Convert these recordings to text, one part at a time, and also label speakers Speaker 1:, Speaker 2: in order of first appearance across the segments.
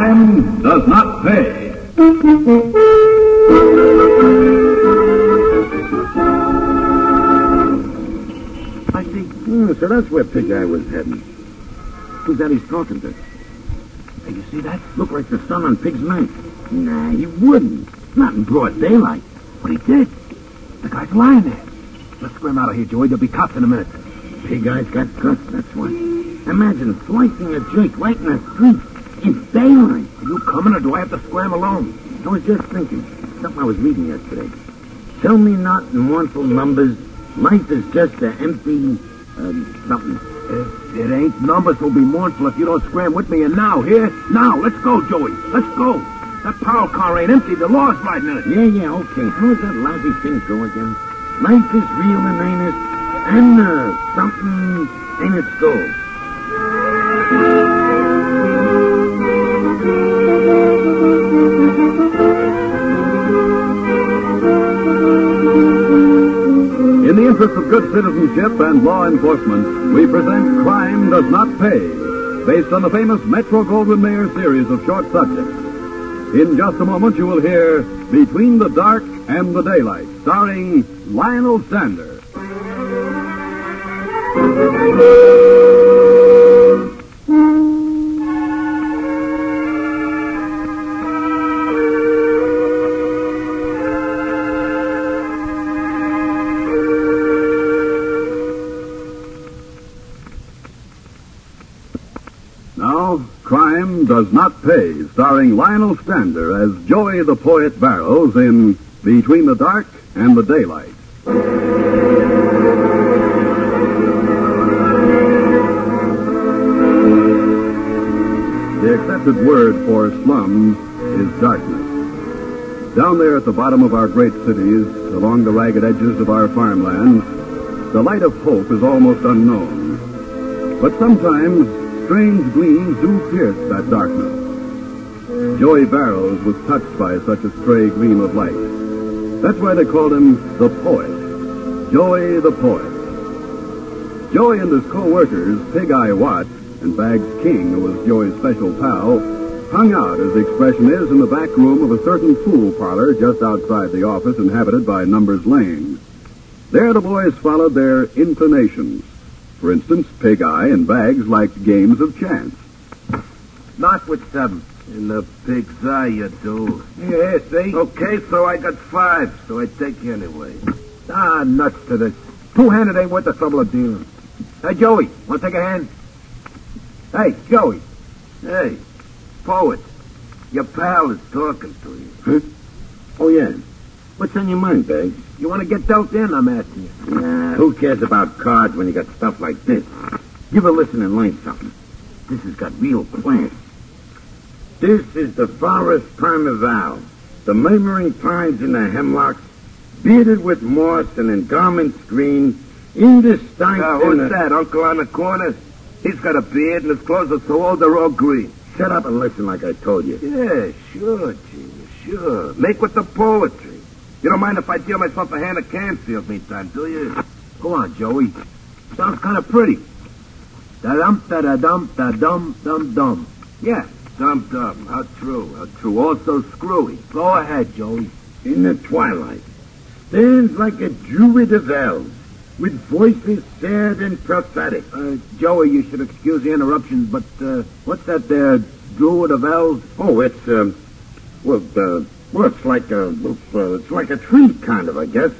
Speaker 1: Crime does not pay.
Speaker 2: I see.
Speaker 3: Hmm, so that's where Pig Eye was heading. Who's that he's talking to?
Speaker 2: Hey, you see that?
Speaker 3: Looked like the sun on Pig's knife. Nah, he wouldn't. Not in broad daylight.
Speaker 2: What he did. The guy's lying there. Let's scram out of here, Joey. There'll be cops in a minute.
Speaker 3: Pig Eye's got guts, that's why. Imagine slicing a jerk right in the street in daylight.
Speaker 2: Are you coming or do I have to scram alone?
Speaker 3: I was just thinking, something I was reading yesterday. Tell me not in mournful numbers, life is just an empty, um, something.
Speaker 2: If it ain't numbers will be mournful if you don't scram with me. And now, here, now, let's go, Joey. Let's go. That power car ain't empty. The law's riding in it.
Speaker 3: Yeah, yeah, okay. How's that lousy thing go again? Life is real and ain't it? And, uh, something ain't its goal.
Speaker 1: In the interest of good citizenship and law enforcement, we present Crime Does Not Pay, based on the famous Metro Goldwyn Mayer series of short subjects. In just a moment, you will hear Between the Dark and the Daylight, starring Lionel Sander. Now, Crime Does Not Pay, starring Lionel Stander as Joey the Poet Barrows in Between the Dark and the Daylight. The accepted word for slum is darkness. Down there at the bottom of our great cities, along the ragged edges of our farmlands, the light of hope is almost unknown. But sometimes strange gleams do pierce that darkness. Joey Barrows was touched by such a stray gleam of light. That's why they called him the poet. Joey the poet. Joey and his co-workers, Pig Eye Watt and Bags King, who was Joey's special pal, hung out, as the expression is, in the back room of a certain pool parlor just outside the office inhabited by Numbers Lane. There the boys followed their inclinations. For instance, Pig Eye and Bags liked games of chance.
Speaker 4: Not with them. In the pig's eye, you do.
Speaker 2: Yeah, see?
Speaker 4: Okay, so I got five, so I take you anyway.
Speaker 2: Ah, nuts to this. Two-handed ain't worth the trouble of dealing. Hey, Joey, want to take a hand? Hey, Joey.
Speaker 4: Hey, poet, your pal is talking to you.
Speaker 3: Oh, yeah. What's on your mind, Bags?
Speaker 2: You want to get dealt in, I'm asking you.
Speaker 3: Nah, who cares about cards when you got stuff like this? Give a listen and learn something. This has got real class. This is the forest primeval, the murmuring pines in the hemlocks, bearded with moss and in garments green, in this stank
Speaker 4: Now, who's
Speaker 3: in the-
Speaker 4: that, uncle on the corner? He's got a beard and his clothes are so old they're all green.
Speaker 3: Shut up and listen like I told you.
Speaker 4: Yeah, sure, Junior, sure. Make with the poetry. You don't mind if I deal myself a hand of Canfield meantime, do you?
Speaker 2: Go on, Joey. Sounds kind of pretty. Da-dum, da-da-dum, da-dum, dum-dum.
Speaker 4: Yeah, dumb dumb. How true, how true. Also screwy.
Speaker 2: Go ahead, Joey.
Speaker 3: in the twilight, stands like a druid of elves, with voices sad and prophetic.
Speaker 2: Uh, Joey, you should excuse the interruption, but uh, what's that there druid of elves?
Speaker 3: Oh, it's um, well, uh, well, it's like a, uh, it's like a tree kind of, I guess.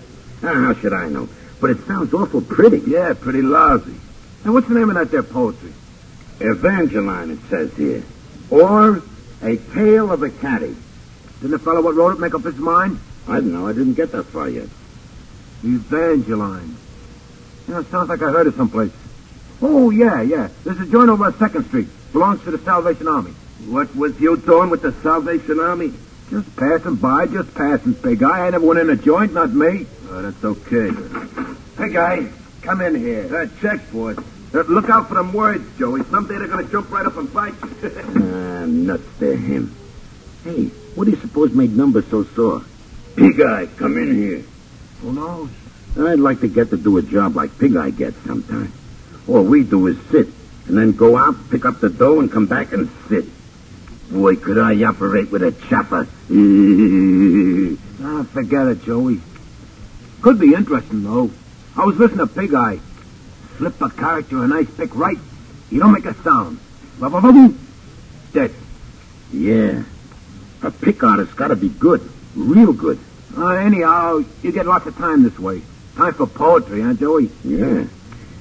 Speaker 3: Ah, how should I know? But it sounds awful pretty.
Speaker 4: Yeah, pretty lousy.
Speaker 2: And what's the name of that there poetry?
Speaker 3: Evangeline, it says here, or a tale of a caddy.
Speaker 2: Didn't the fellow what wrote it make up his mind?
Speaker 3: I don't know. I didn't get that far yet.
Speaker 2: Evangeline. You know, sounds like I heard it someplace. Oh, yeah, yeah. There's a joint over on 2nd Street. Belongs to the Salvation Army.
Speaker 4: What was you doing with the Salvation Army?
Speaker 2: Just passing by, just passing, big guy. I never went in a joint, not me.
Speaker 4: Oh, that's okay.
Speaker 2: Hey, guy, come in here.
Speaker 4: That checkboard. Uh, look out for them words, Joey. Someday they're going to jump right up and bite you.
Speaker 3: Ah, nuts to him. Hey, what do you suppose made numbers so sore?
Speaker 4: Big Eye, come in here.
Speaker 2: Who knows?
Speaker 3: I'd like to get to do a job like Pig Eye gets sometime. All we do is sit, and then go out, pick up the dough, and come back and sit. boy, could I operate with a chopper.
Speaker 1: Ah, forget it, Joey. Could be interesting, though. I was listening to Pig Eye. Flip a character a nice pick right. You don't make a sound. Ba-ba-ba-boom. Dead.
Speaker 3: yeah. A pick artist gotta be good. Real good.
Speaker 1: Uh, anyhow, you get lots of time this way. Time for poetry, huh, Joey?
Speaker 3: Yeah.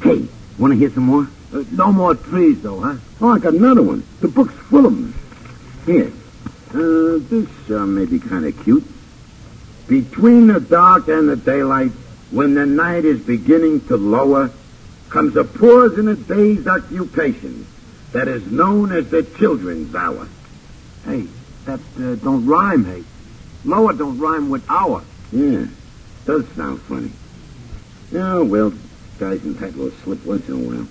Speaker 3: Hey, wanna hear some more?
Speaker 1: Uh, no more trees, though, huh?
Speaker 3: Oh, I got another one. The book's full of them. Here. Uh, this uh, may be kind of cute. Between the dark and the daylight, when the night is beginning to lower, comes a pause in the day's occupation that is known as the children's hour.
Speaker 1: Hey, that uh, don't rhyme, hey. Lower don't rhyme with hour.
Speaker 3: Yeah, does sound funny. Oh, well, guys entitled to slip once in a while.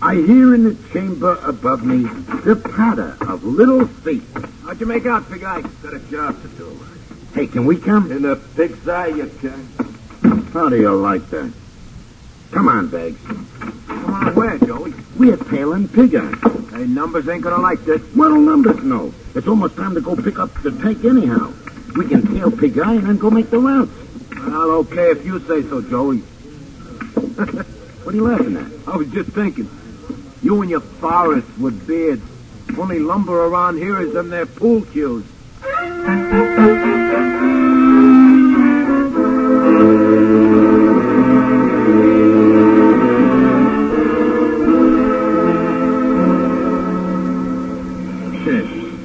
Speaker 3: I hear in the chamber above me the patter of little feet.
Speaker 1: How'd you make out, Pig Eye? Got a job to do.
Speaker 3: Hey, can we come?
Speaker 4: In a pig's eye, you can.
Speaker 3: How do you like that? Come on, Bags.
Speaker 1: Come on, where, Joey?
Speaker 3: We're tailing pig eyes.
Speaker 1: Hey, numbers ain't gonna like this.
Speaker 3: What'll numbers know? It's almost time to go pick up the tank anyhow. We can tail pig eye and then go make the routes.
Speaker 1: Well, okay if you say so, Joey.
Speaker 3: What are you laughing at?
Speaker 1: I was just thinking. You and your forest with beards. Only lumber around here is them their pool cues.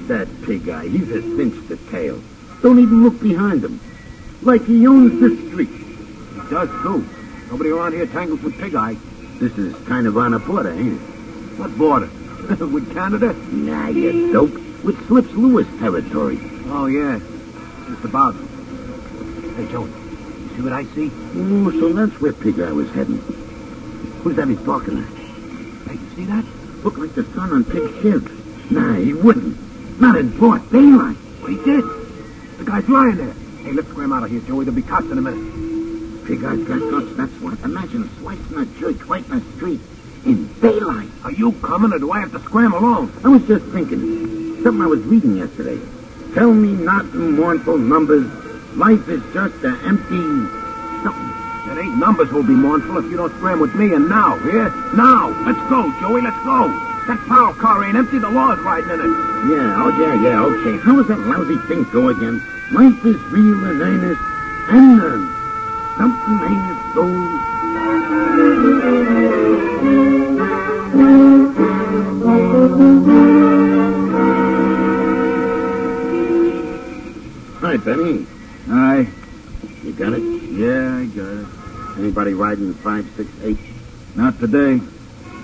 Speaker 3: that pig eye, he's a cinch to tail. Don't even look behind him. Like he owns the street.
Speaker 1: It does, too. Nobody around here tangles with Pig Eye.
Speaker 3: This is kind of on a border, ain't it?
Speaker 1: What border? with Canada?
Speaker 3: Nah, you dope. With Slips Lewis territory.
Speaker 1: Oh, yeah. Just about. Hey, Joey, you see what I see?
Speaker 3: Oh, so that's where Pig Eye was heading. Who's that he's barking at?
Speaker 1: Hey, you see that?
Speaker 3: Looked like the sun on Pig Shiv. Nah, he wouldn't. Not in broad daylight.
Speaker 1: What he did? The guy's lying there. Hey, let's scram out of here, Joey. They'll be cops in a minute.
Speaker 3: Pig Eye's got guts, that's what. Imagine slicing a jerk right in the street in daylight.
Speaker 1: Are you coming, or do I have to scram alone?
Speaker 3: I was just thinking. Something I was reading yesterday. Tell me not in mournful numbers. Life is just an empty something.
Speaker 1: It ain't numbers who'll be mournful if you don't scram with me and now, here? Now! Let's go, Joey, let's go! That power Oh, car ain't empty, the law's riding in it.
Speaker 3: Yeah, oh yeah, yeah, okay. How does that lousy thing go again? Life is real and earnest, and uh, something ain't gold. Hi, Benny.
Speaker 1: Aye.
Speaker 3: You got it?
Speaker 1: Yeah, I got it.
Speaker 3: Anybody riding five, six, eight?
Speaker 1: Not today.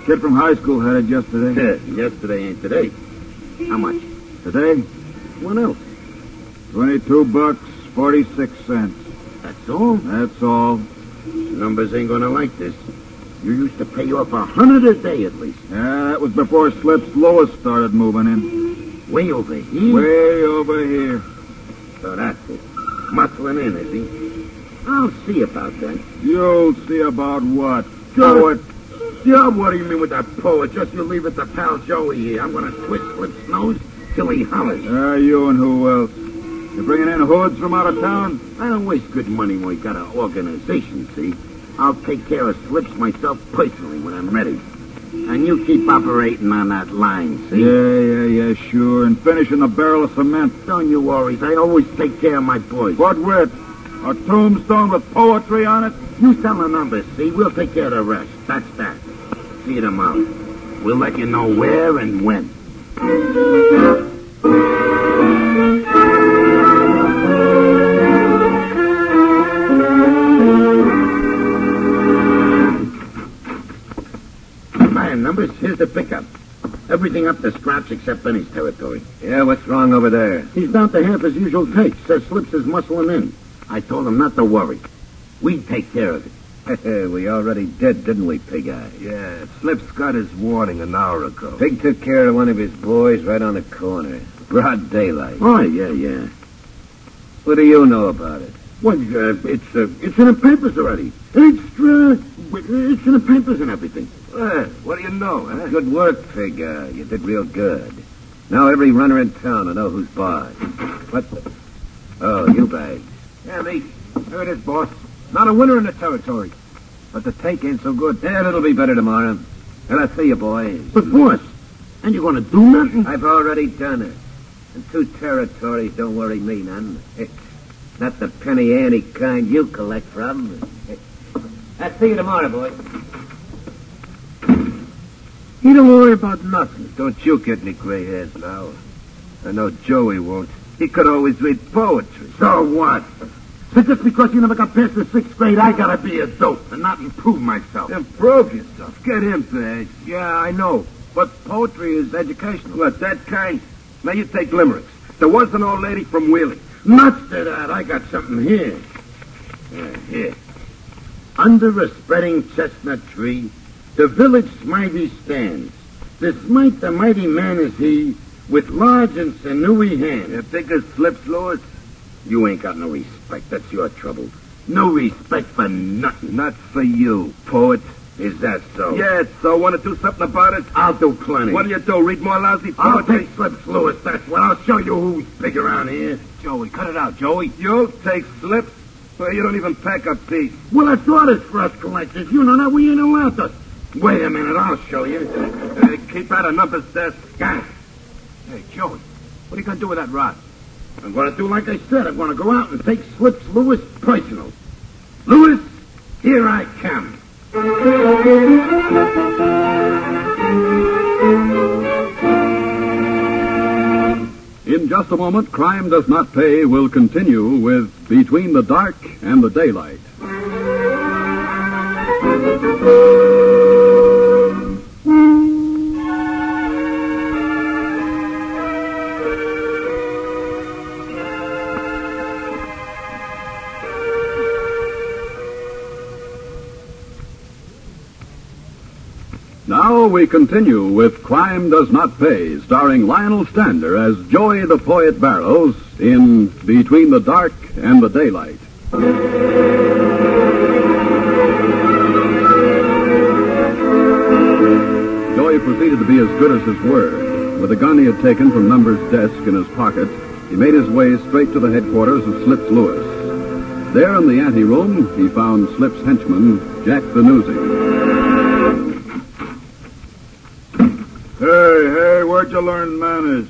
Speaker 1: Kid from high school had it yesterday.
Speaker 3: Yesterday ain't today. How much?
Speaker 1: Today,
Speaker 3: What else?
Speaker 1: 22 bucks, 46 cents.
Speaker 3: That's all.
Speaker 1: That's all.
Speaker 3: Numbers ain't gonna like this. You used to pay off a hundred a day at least.
Speaker 1: Yeah, that was before Slips Lewis started moving in.
Speaker 3: Way over here.
Speaker 1: Way over here.
Speaker 3: So that's it. Muscling in, is he? I'll see about that.
Speaker 1: You'll see about what?
Speaker 3: Poet. Yeah, what do you mean with that poet? Just you leave it to pal Joey here. I'm gonna twist Flip's nose till he hollers.
Speaker 1: Ah, you and who else? You bringing in hoods from out of town?
Speaker 3: I don't waste good money when we got an organization, see? I'll take care of slips myself personally when I'm ready. And you keep operating on that line, see?
Speaker 1: Yeah, yeah, yeah, sure. And finishing the barrel of cement.
Speaker 3: Don't you worry. I always take care of my boys.
Speaker 1: What with? A tombstone with poetry on it?
Speaker 3: You sell the numbers, see? We'll take care of the rest. That's that. See you tomorrow. We'll let you know where and when. Man, numbers, here's the pickup. Everything up to scratch except Benny's territory.
Speaker 4: Yeah, what's wrong over there?
Speaker 3: He's down to half his usual take. Says Slips is muscling in. I told him not to worry. We take care of it.
Speaker 4: we already did, didn't we, Pig Eye?
Speaker 1: Yeah, Slips got his warning an hour ago.
Speaker 4: Pig took care of one of his boys right on the corner. Broad daylight.
Speaker 3: Oh, yeah, yeah.
Speaker 4: What do you know about it?
Speaker 3: Well, uh, it's uh, it's in the papers already. It's uh, it's in the
Speaker 1: Eh,
Speaker 3: papers and everything.
Speaker 4: Well, what do you know, huh? Good work, Pig Eye. You did real good.
Speaker 3: Now every runner in town will know who's boss. What the? Oh, you bags.
Speaker 1: Yeah, me. There it is, boss. Not a winner in the territory. But the tank ain't so good.
Speaker 3: Yeah, it'll be better tomorrow. And I'll see you, boys.
Speaker 4: But, boss, and you going to do nothing?
Speaker 3: I've already done it. And two territories don't worry me none. Not the penny ante kind you collect from. I'll see you tomorrow, boys.
Speaker 4: He don't worry about nothing. Don't you get any gray hairs now. I know Joey won't. He could always read poetry.
Speaker 3: So what?
Speaker 4: So just because you never got past the sixth grade, I gotta be a dope and not improve myself.
Speaker 1: Improve yourself. Get him, Bags. Yeah, I know. But poetry is educational.
Speaker 4: What, that kind? Now you take limericks. There was an old lady from Wheeling.
Speaker 3: Nuts to that. I got something here. Yeah, here. Under a spreading chestnut tree, the village smythe stands. The smite the mighty man is he, with large and sinewy hands.
Speaker 4: The biggest slips, Lewis.
Speaker 3: You ain't got no respect. That's your trouble. No respect for nothing.
Speaker 4: Not for you, poet.
Speaker 3: Is that so?
Speaker 4: Yes, so want to do something about it?
Speaker 3: I'll do plenty.
Speaker 4: What do you do? Read more lousy
Speaker 3: I'll
Speaker 4: poetry?
Speaker 3: take slips, Lewis. That's what. I'll show you who's big around here.
Speaker 1: Joey, cut it out, Joey.
Speaker 4: You'll take slips? Well, you don't even pack a piece.
Speaker 3: Well, that's orders for us collectors. You know that we ain't allowed to. Wait a minute. I'll show you.
Speaker 4: Uh, keep out of numbers desk.
Speaker 3: Got it.
Speaker 1: Hey, Joey, what are you going to do with that rod?
Speaker 3: I'm going to do like I said. I'm going to go out and take slips, Lewis, personal. Lewis, here I come.
Speaker 5: In just a moment, Crime Does Not Pay will continue with Between the Dark and the Daylight. Now we continue with Crime Does Not Pay, starring Lionel Stander as Joey the Poet Barrows in Between the Dark and the Daylight. Joey proceeded to be as good as his word. With a gun he had taken from Number's desk in his pocket, he made his way straight to the headquarters of Slips Lewis. There in the anteroom, he found Slips' henchman, Jack the Newsy.
Speaker 6: Hey, hey, where'd you learn manners?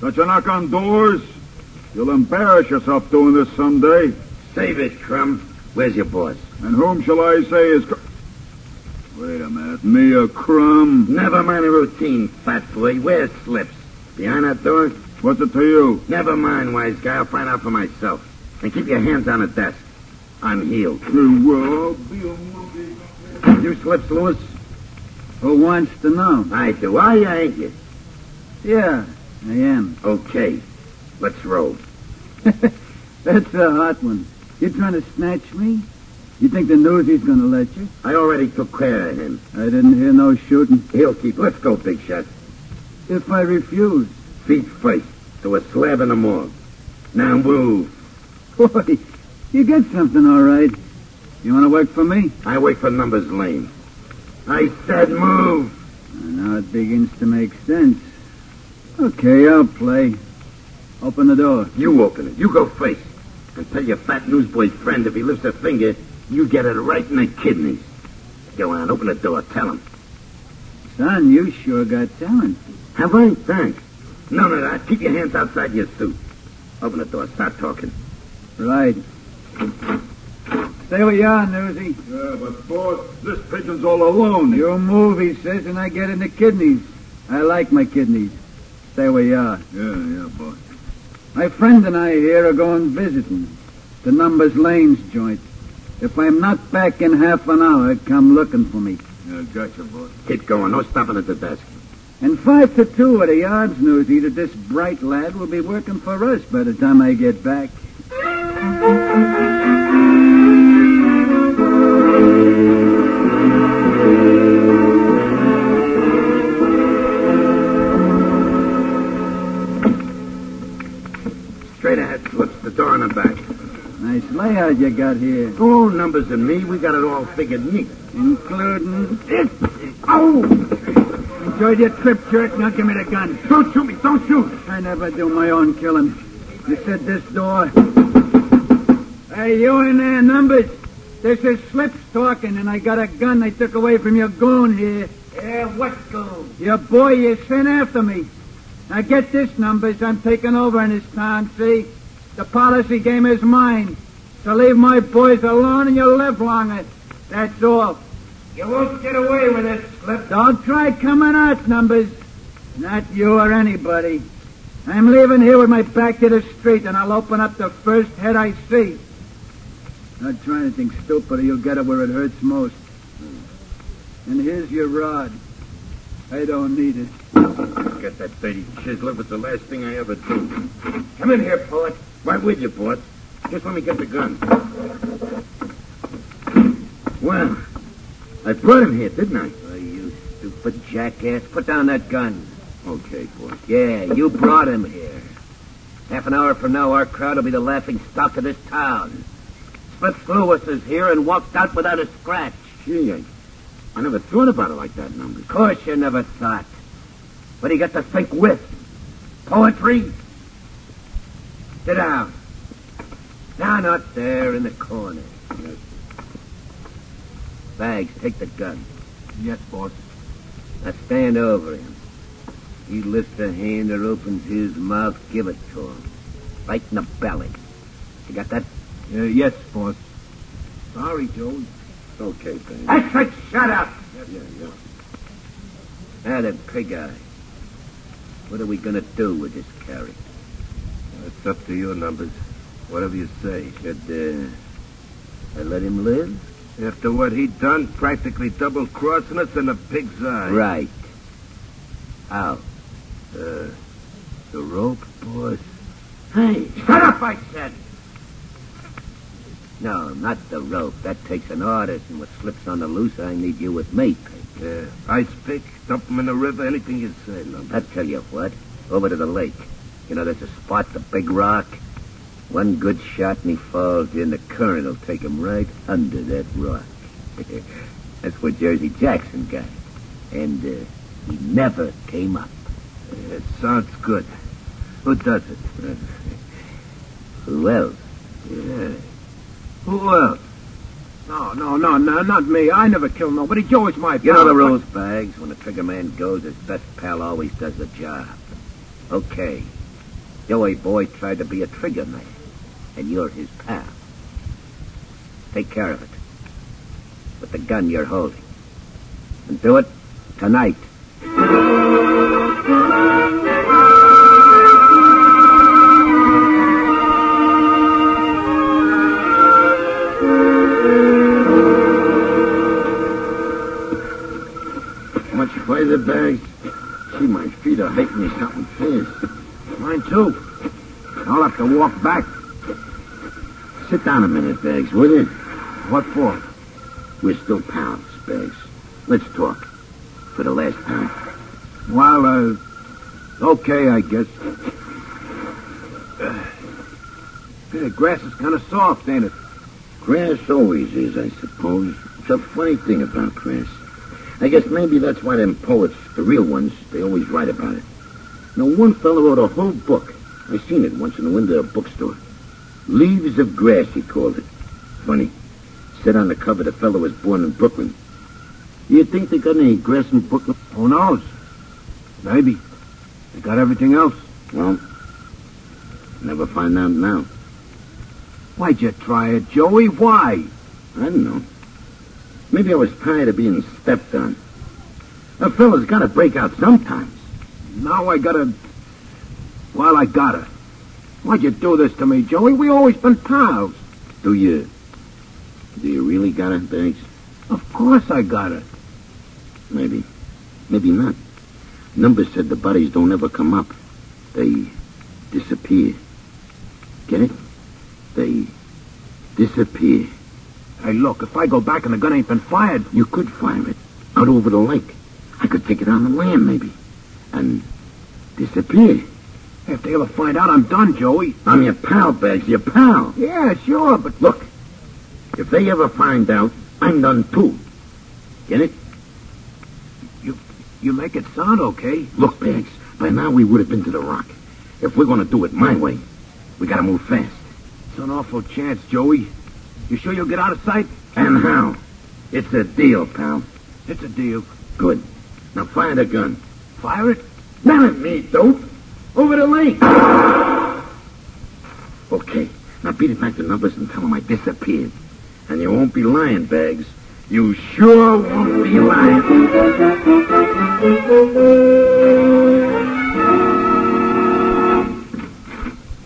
Speaker 6: Don't you knock on doors? You'll embarrass yourself doing this someday.
Speaker 3: Save it, Crumb. Where's your boss?
Speaker 6: And whom shall I say is. Cr- Wait a minute, me a crumb?
Speaker 3: Never mind the routine, fat boy. Where's Slips? Behind that door?
Speaker 6: What's it to you?
Speaker 3: Never mind, wise guy. I'll find out for myself. And keep your hands on the desk. I'm healed.
Speaker 6: Uh, Well, I'll be a movie.
Speaker 3: You Slips, Lewis?
Speaker 1: Who wants to know?
Speaker 3: I do. Are you, ain't you?
Speaker 1: Yeah, I am.
Speaker 3: Okay. Let's roll.
Speaker 1: That's a hot one. You trying to snatch me? You think the newsy's going to let you?
Speaker 3: I already took care of him.
Speaker 1: I didn't hear no shooting.
Speaker 3: He'll keep. Let's go, Big Shot.
Speaker 1: If I refuse,
Speaker 3: Feet first. To a slab in the morgue. Now move.
Speaker 1: boy, you get something all right. You want to work for me?
Speaker 3: I wait for numbers lane. I said move.
Speaker 1: Now it begins to make sense. Okay, I'll play. Open the door.
Speaker 3: You open it. You go first. And tell your fat newsboy friend if he lifts a finger, you get it right in the kidneys. Go on, open the door. Tell him.
Speaker 1: Son, you sure got talent.
Speaker 3: Have I? Thanks. No, no, no. Keep your hands outside your suit. Open the door. Start talking.
Speaker 1: Right. Stay where you are, Newsy.
Speaker 6: Yeah, but boss, this pigeon's all alone.
Speaker 1: You move, he says, and I get into kidneys. I like my kidneys. Stay where you are.
Speaker 6: Yeah, yeah, boss.
Speaker 1: My friend and I here are going visiting. The Numbers Lanes joint. If I'm not back in half an hour, come looking for me.
Speaker 6: Yeah, gotcha, boss.
Speaker 3: Keep going. No stopping at the desk.
Speaker 1: And five to two are the odds, Newsy, that this bright lad will be working for us by the time I get back.
Speaker 3: Straight ahead. Slips the door in the back.
Speaker 1: Nice layout you got here,
Speaker 3: Oh, numbers and me. We got it all figured neat.
Speaker 1: including
Speaker 3: It. Eh? Oh!
Speaker 1: Enjoy your trip, jerk. Now give me the gun.
Speaker 3: Don't shoot me. Don't shoot.
Speaker 1: I never do my own killing. You said this door. Hey, you in there, numbers? This is Slips talking, and I got a gun I took away from your goon here.
Speaker 7: Yeah, what goon?
Speaker 1: Your boy you sent after me. Now get this, numbers. I'm taking over in this town, see? The policy game is mine. So leave my boys alone and you'll live longer. That's all.
Speaker 7: You won't get away with it, Slip.
Speaker 1: Don't try coming out, numbers. Not you or anybody. I'm leaving here with my back to the street, and I'll open up the first head I see. Not try anything stupid, or you'll get it where it hurts most. And here's your rod. I don't need it.
Speaker 3: Got that dirty chiseler was the last thing I ever do.
Speaker 7: Come in here, Port.
Speaker 3: Why would you, boss? Just let me get the gun. Well, I brought him here, didn't I?
Speaker 4: Oh, you stupid jackass. Put down that gun.
Speaker 3: Okay, boss.
Speaker 4: Yeah, you brought him here. Half an hour from now, our crowd will be the laughing stock of this town. Smith Lewis is here and walked out without a scratch.
Speaker 3: Gee, I, I never thought about it like that, number.
Speaker 4: Of course you never thought. What do you got to think with? Poetry? Sit down. Down out there in the corner. Bags, take the gun.
Speaker 1: Yes, boss.
Speaker 4: Now stand over him. He lifts a hand or opens his mouth, give it to him. Right in the belly. You got that?
Speaker 1: Uh, yes, boss. Sorry, Joe.
Speaker 3: Okay, baby.
Speaker 7: That's it. Shut up.
Speaker 3: Yeah, yeah.
Speaker 4: Now then, pig eye. What are we gonna do with this carry?
Speaker 3: It's up to your numbers. Whatever you say.
Speaker 4: Should, uh, I let him live?
Speaker 3: After what he done, practically double crossing us in a pig's eye.
Speaker 4: Right. How?
Speaker 3: Uh, the rope, boss.
Speaker 4: Hey.
Speaker 7: Shut up, I said.
Speaker 4: No, not the rope. That takes an artist, and what slips on the loose, I need you with me, pig.
Speaker 3: Yeah. Ice pick, Uh, dump him in the river, anything you say, number.
Speaker 4: I tell you what. Over to the lake. You know, there's a spot, the big rock. One good shot and he falls in. The current will take him right under that rock. That's what Jersey Jackson got. And uh, he never came up.
Speaker 3: It sounds good. Who does it?
Speaker 4: Who else?
Speaker 3: Yeah. Who else?
Speaker 1: No, no, no, no, not me. I never kill nobody. Joe is my
Speaker 4: You know
Speaker 1: pal.
Speaker 4: the rules, Bags. When a trigger man goes, his best pal always does the job. Okay. Joey boy tried to be a trigger man, and you're his pal. Take care of it. With the gun you're holding. And do it tonight.
Speaker 3: Much further, Bags. See, my feet are making me something fierce.
Speaker 1: Mine, too. I'll have to walk back.
Speaker 3: Sit down a minute, Bags, will you?
Speaker 1: What for?
Speaker 3: We're still pals, Bags. Let's talk. For the last time.
Speaker 1: Well, uh, okay, I guess. Hey, the grass is kind of soft, ain't it?
Speaker 3: Grass always is, I suppose. It's a funny thing about grass. I guess maybe that's why them poets, the real ones, they always write about it. Now, one fellow wrote a whole book. I seen it once in the window of a bookstore. Leaves of Grass, he called it. Funny. Said on the cover the fellow was born in Brooklyn. You think they got any grass in Brooklyn?
Speaker 1: Who knows? Oh, Maybe. They got everything else.
Speaker 3: Well, never find out now.
Speaker 1: Why'd you try it, Joey? Why?
Speaker 3: I don't know. Maybe I was tired of being stepped on. A fellow's got to break out sometimes.
Speaker 1: Now I gotta. Well, I gotta. Why'd you do this to me, Joey? We always been pals.
Speaker 3: Do you? Do you really got it, Banks?
Speaker 1: Of course I gotta.
Speaker 3: Maybe. Maybe not. Numbers said the bodies don't ever come up. They disappear. Get it? They disappear.
Speaker 1: Hey, look, if I go back and the gun ain't been fired,
Speaker 3: You could fire it out over the lake. I could take it on the land, maybe. And disappear.
Speaker 1: if they ever find out, I'm done, Joey.
Speaker 3: I'm your pal, Banks, your pal.
Speaker 1: Yeah, sure, but
Speaker 3: Look, if they ever find out, I'm done too. Get it?
Speaker 4: You make it sound okay.
Speaker 3: Look, Bags, by now we would have been to the rock. If we're going to do it my way, we got to move fast.
Speaker 4: It's an awful chance, Joey. You sure you'll get out of sight?
Speaker 3: And how? It's a deal, pal.
Speaker 4: It's a deal.
Speaker 3: Good. Now fire the gun.
Speaker 4: Fire it?
Speaker 3: Not at me, dope. Over the lake. Okay. Now beat it back to numbers and tell them I disappeared. And you won't be lying, Bags. You sure won't be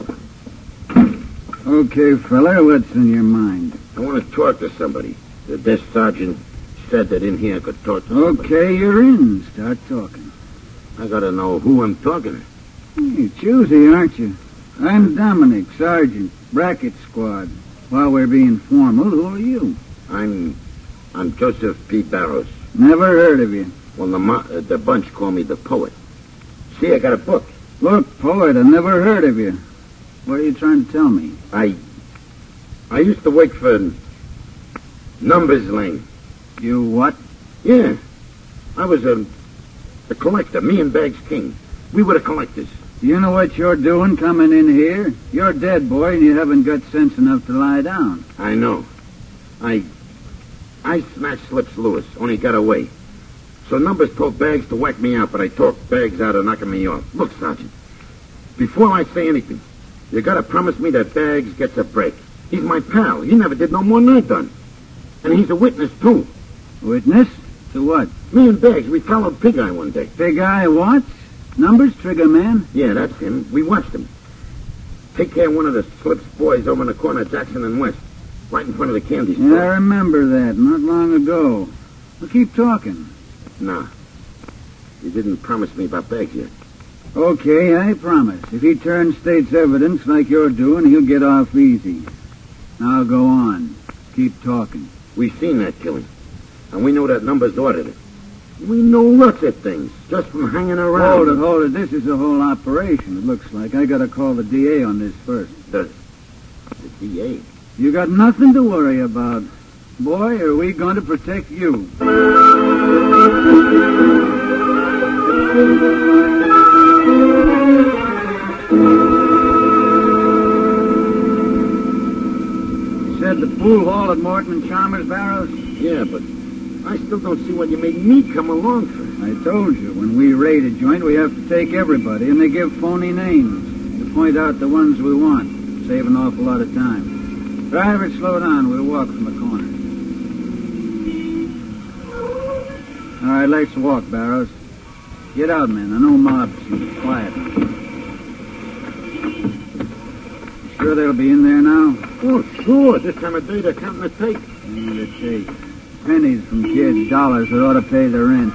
Speaker 3: lying.
Speaker 1: Okay, fella, what's in your mind?
Speaker 3: I want to talk to somebody. The desk sergeant said that in here I could talk to
Speaker 1: somebody. Okay, you're in. Start talking.
Speaker 3: I gotta know who I'm talking
Speaker 1: to. You're choosy, aren't you? I'm Dominic, sergeant, bracket squad. While we're being formal, who are you?
Speaker 3: I'm I'm Joseph P. Barrows.
Speaker 1: Never heard of you.
Speaker 3: Well, the, uh, the bunch call me the poet. See, I got a book.
Speaker 1: Look, poet, I never heard of you. What are you trying to tell me?
Speaker 3: I I used to work for Numbers Lane.
Speaker 1: You what?
Speaker 3: Yeah. I was a, a collector, me and Bags King. We were the collectors.
Speaker 1: Do you know what you're doing coming in here? You're dead, boy, and you haven't got sense enough to lie down.
Speaker 3: I know. I I smashed Slips Lewis, only got away. So Numbers told Bags to whack me out, but I talked Bags out of knocking me off. Look, Sergeant, before I say anything, you gotta promise me that Bags gets a break. He's my pal. He never did no more than I done. And he's a witness, too.
Speaker 1: Witness? To what?
Speaker 3: Me and Bags, we followed Big Eye one day.
Speaker 1: Big Eye what? Numbers, Trigger Man?
Speaker 3: Yeah, that's him. We watched him. Take care of one of the Slips boys over in the corner of Jackson and West. Right in front of the candy store.
Speaker 1: Yeah, I remember that. Not long ago. Well, keep talking.
Speaker 3: No. Nah. You didn't promise me about Bags yet.
Speaker 1: Okay, I promise. If he turns state's evidence like you're doing, he'll get off easy. Now go on. Keep talking.
Speaker 3: We've seen that killing. And we know that number's ordered it. We know lots of things just from hanging around.
Speaker 1: Hold it, hold it. This is a whole operation, it looks like. I gotta call the DA on this first.
Speaker 3: The, the DA?
Speaker 1: You got nothing to worry about. Boy, are we going to protect you. You said the pool hall at Morton and Chalmers Barrows?
Speaker 3: Yeah, but I still don't see what you made me come along for.
Speaker 1: I told you, when we raid a joint, we have to take everybody, and they give phony names to point out the ones we want. Save an awful lot of time. Driver, slow down. We'll walk from the corner. All right, let's walk, Barrows. Get out, man. I know mobs. Quiet. You sure they'll be in there now?
Speaker 3: Oh, sure. This time of day, they're counting the take.
Speaker 1: Counting the take. Pennies from kids, dollars that ought to pay the rent.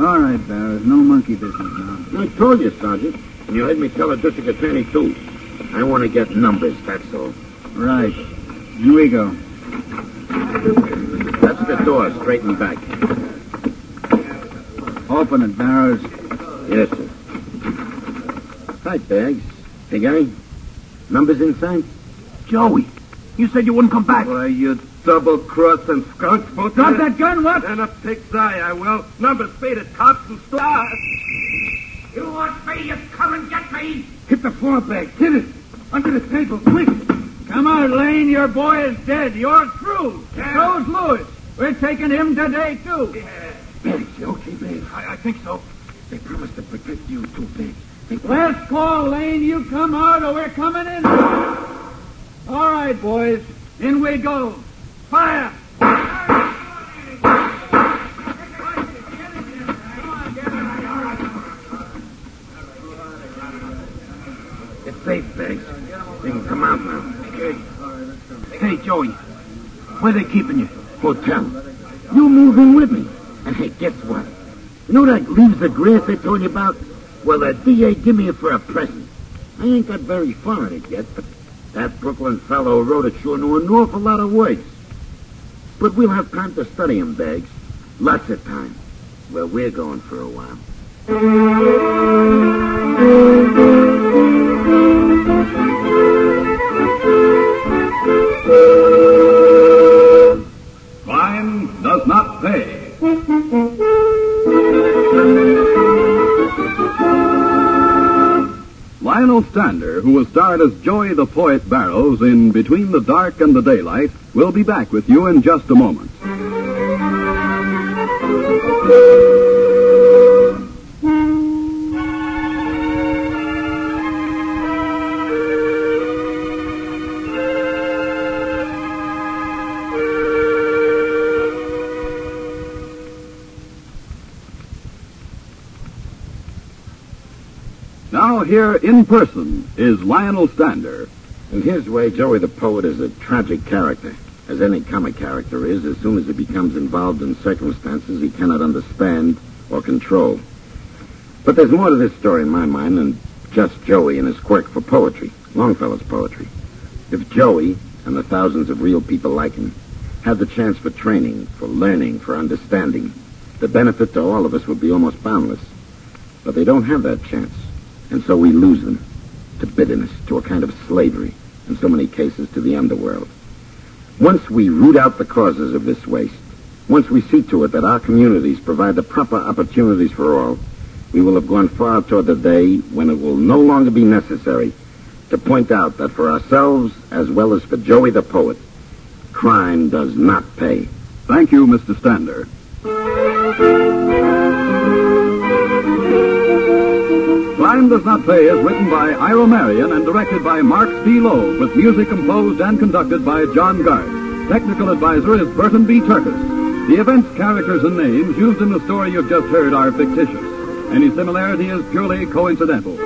Speaker 1: All right, Barrows. No monkey business now.
Speaker 3: I told you, Sergeant. And you heard me tell the district attorney, too. I want to get numbers, that's all.
Speaker 1: Right. In we go.
Speaker 3: That's the door, straighten back.
Speaker 1: Open it, Barrows.
Speaker 3: Yes, sir. Hi, Bags. Hey, guy. Numbers inside?
Speaker 4: Joey, you said you wouldn't come back.
Speaker 3: Why, you double-crossing skunk. Both
Speaker 1: Drop that gun, what?
Speaker 3: Then up pig's eye, I will. Numbers faded, tops and Ah. stars.
Speaker 7: You want me, you come and get me.
Speaker 3: Hit the floor, Bags. Hit it. Under the table, quick.
Speaker 1: Come out, Lane. Your boy is dead. You're through. Yeah. So's Lewis. We're taking him today, too.
Speaker 3: Yeah. Biggs, okay, Biggs? I, I, think so. They promised to protect you, too, Biggs. They...
Speaker 1: Last call, Lane. You come out or we're coming in. All right, boys. In we go. Fire!
Speaker 3: It's safe, Biggs. They can come out now.
Speaker 4: Hey, Joey, where they keeping you?
Speaker 3: Hotel. You move in with me. And hey, guess what? You know that leaves the grass I told you about? Well, the DA give me it for a present. I ain't got very far in it yet, but that Brooklyn fellow wrote it sure knew an awful lot of words. But we'll have time to study him, Bags. Lots of time. Where we're going for a while.
Speaker 6: Crime does not pay.
Speaker 1: Alexander, who was starred as Joey the Poet Barrows in Between the Dark and the Daylight, will be back with you in just a moment. Now, here in person is Lionel Stander.
Speaker 3: In his way, Joey the Poet is a tragic character, as any comic character is as soon as he becomes involved in circumstances he cannot understand or control. But there's more to this story in my mind than just Joey and his quirk for poetry, Longfellow's poetry. If Joey, and the thousands of real people like him, had the chance for training, for learning, for understanding, the benefit to all of us would be almost boundless. But they don't have that chance. And so we lose them to bitterness, to a kind of slavery, in so many cases to the underworld. Once we root out the causes of this waste, once we see to it that our communities provide the proper opportunities for all, we will have gone far toward the day when it will no longer be necessary to point out that for ourselves, as well as for Joey the poet, crime does not pay.
Speaker 1: Thank you, Mr. Stander. Crime Does Not Pay is written by Ira Marion and directed by Mark C. Lowe, with music composed and conducted by John Garth. Technical advisor is Burton B. Turkis. The events, characters, and names used in the story you've just heard are fictitious. Any similarity is purely coincidental.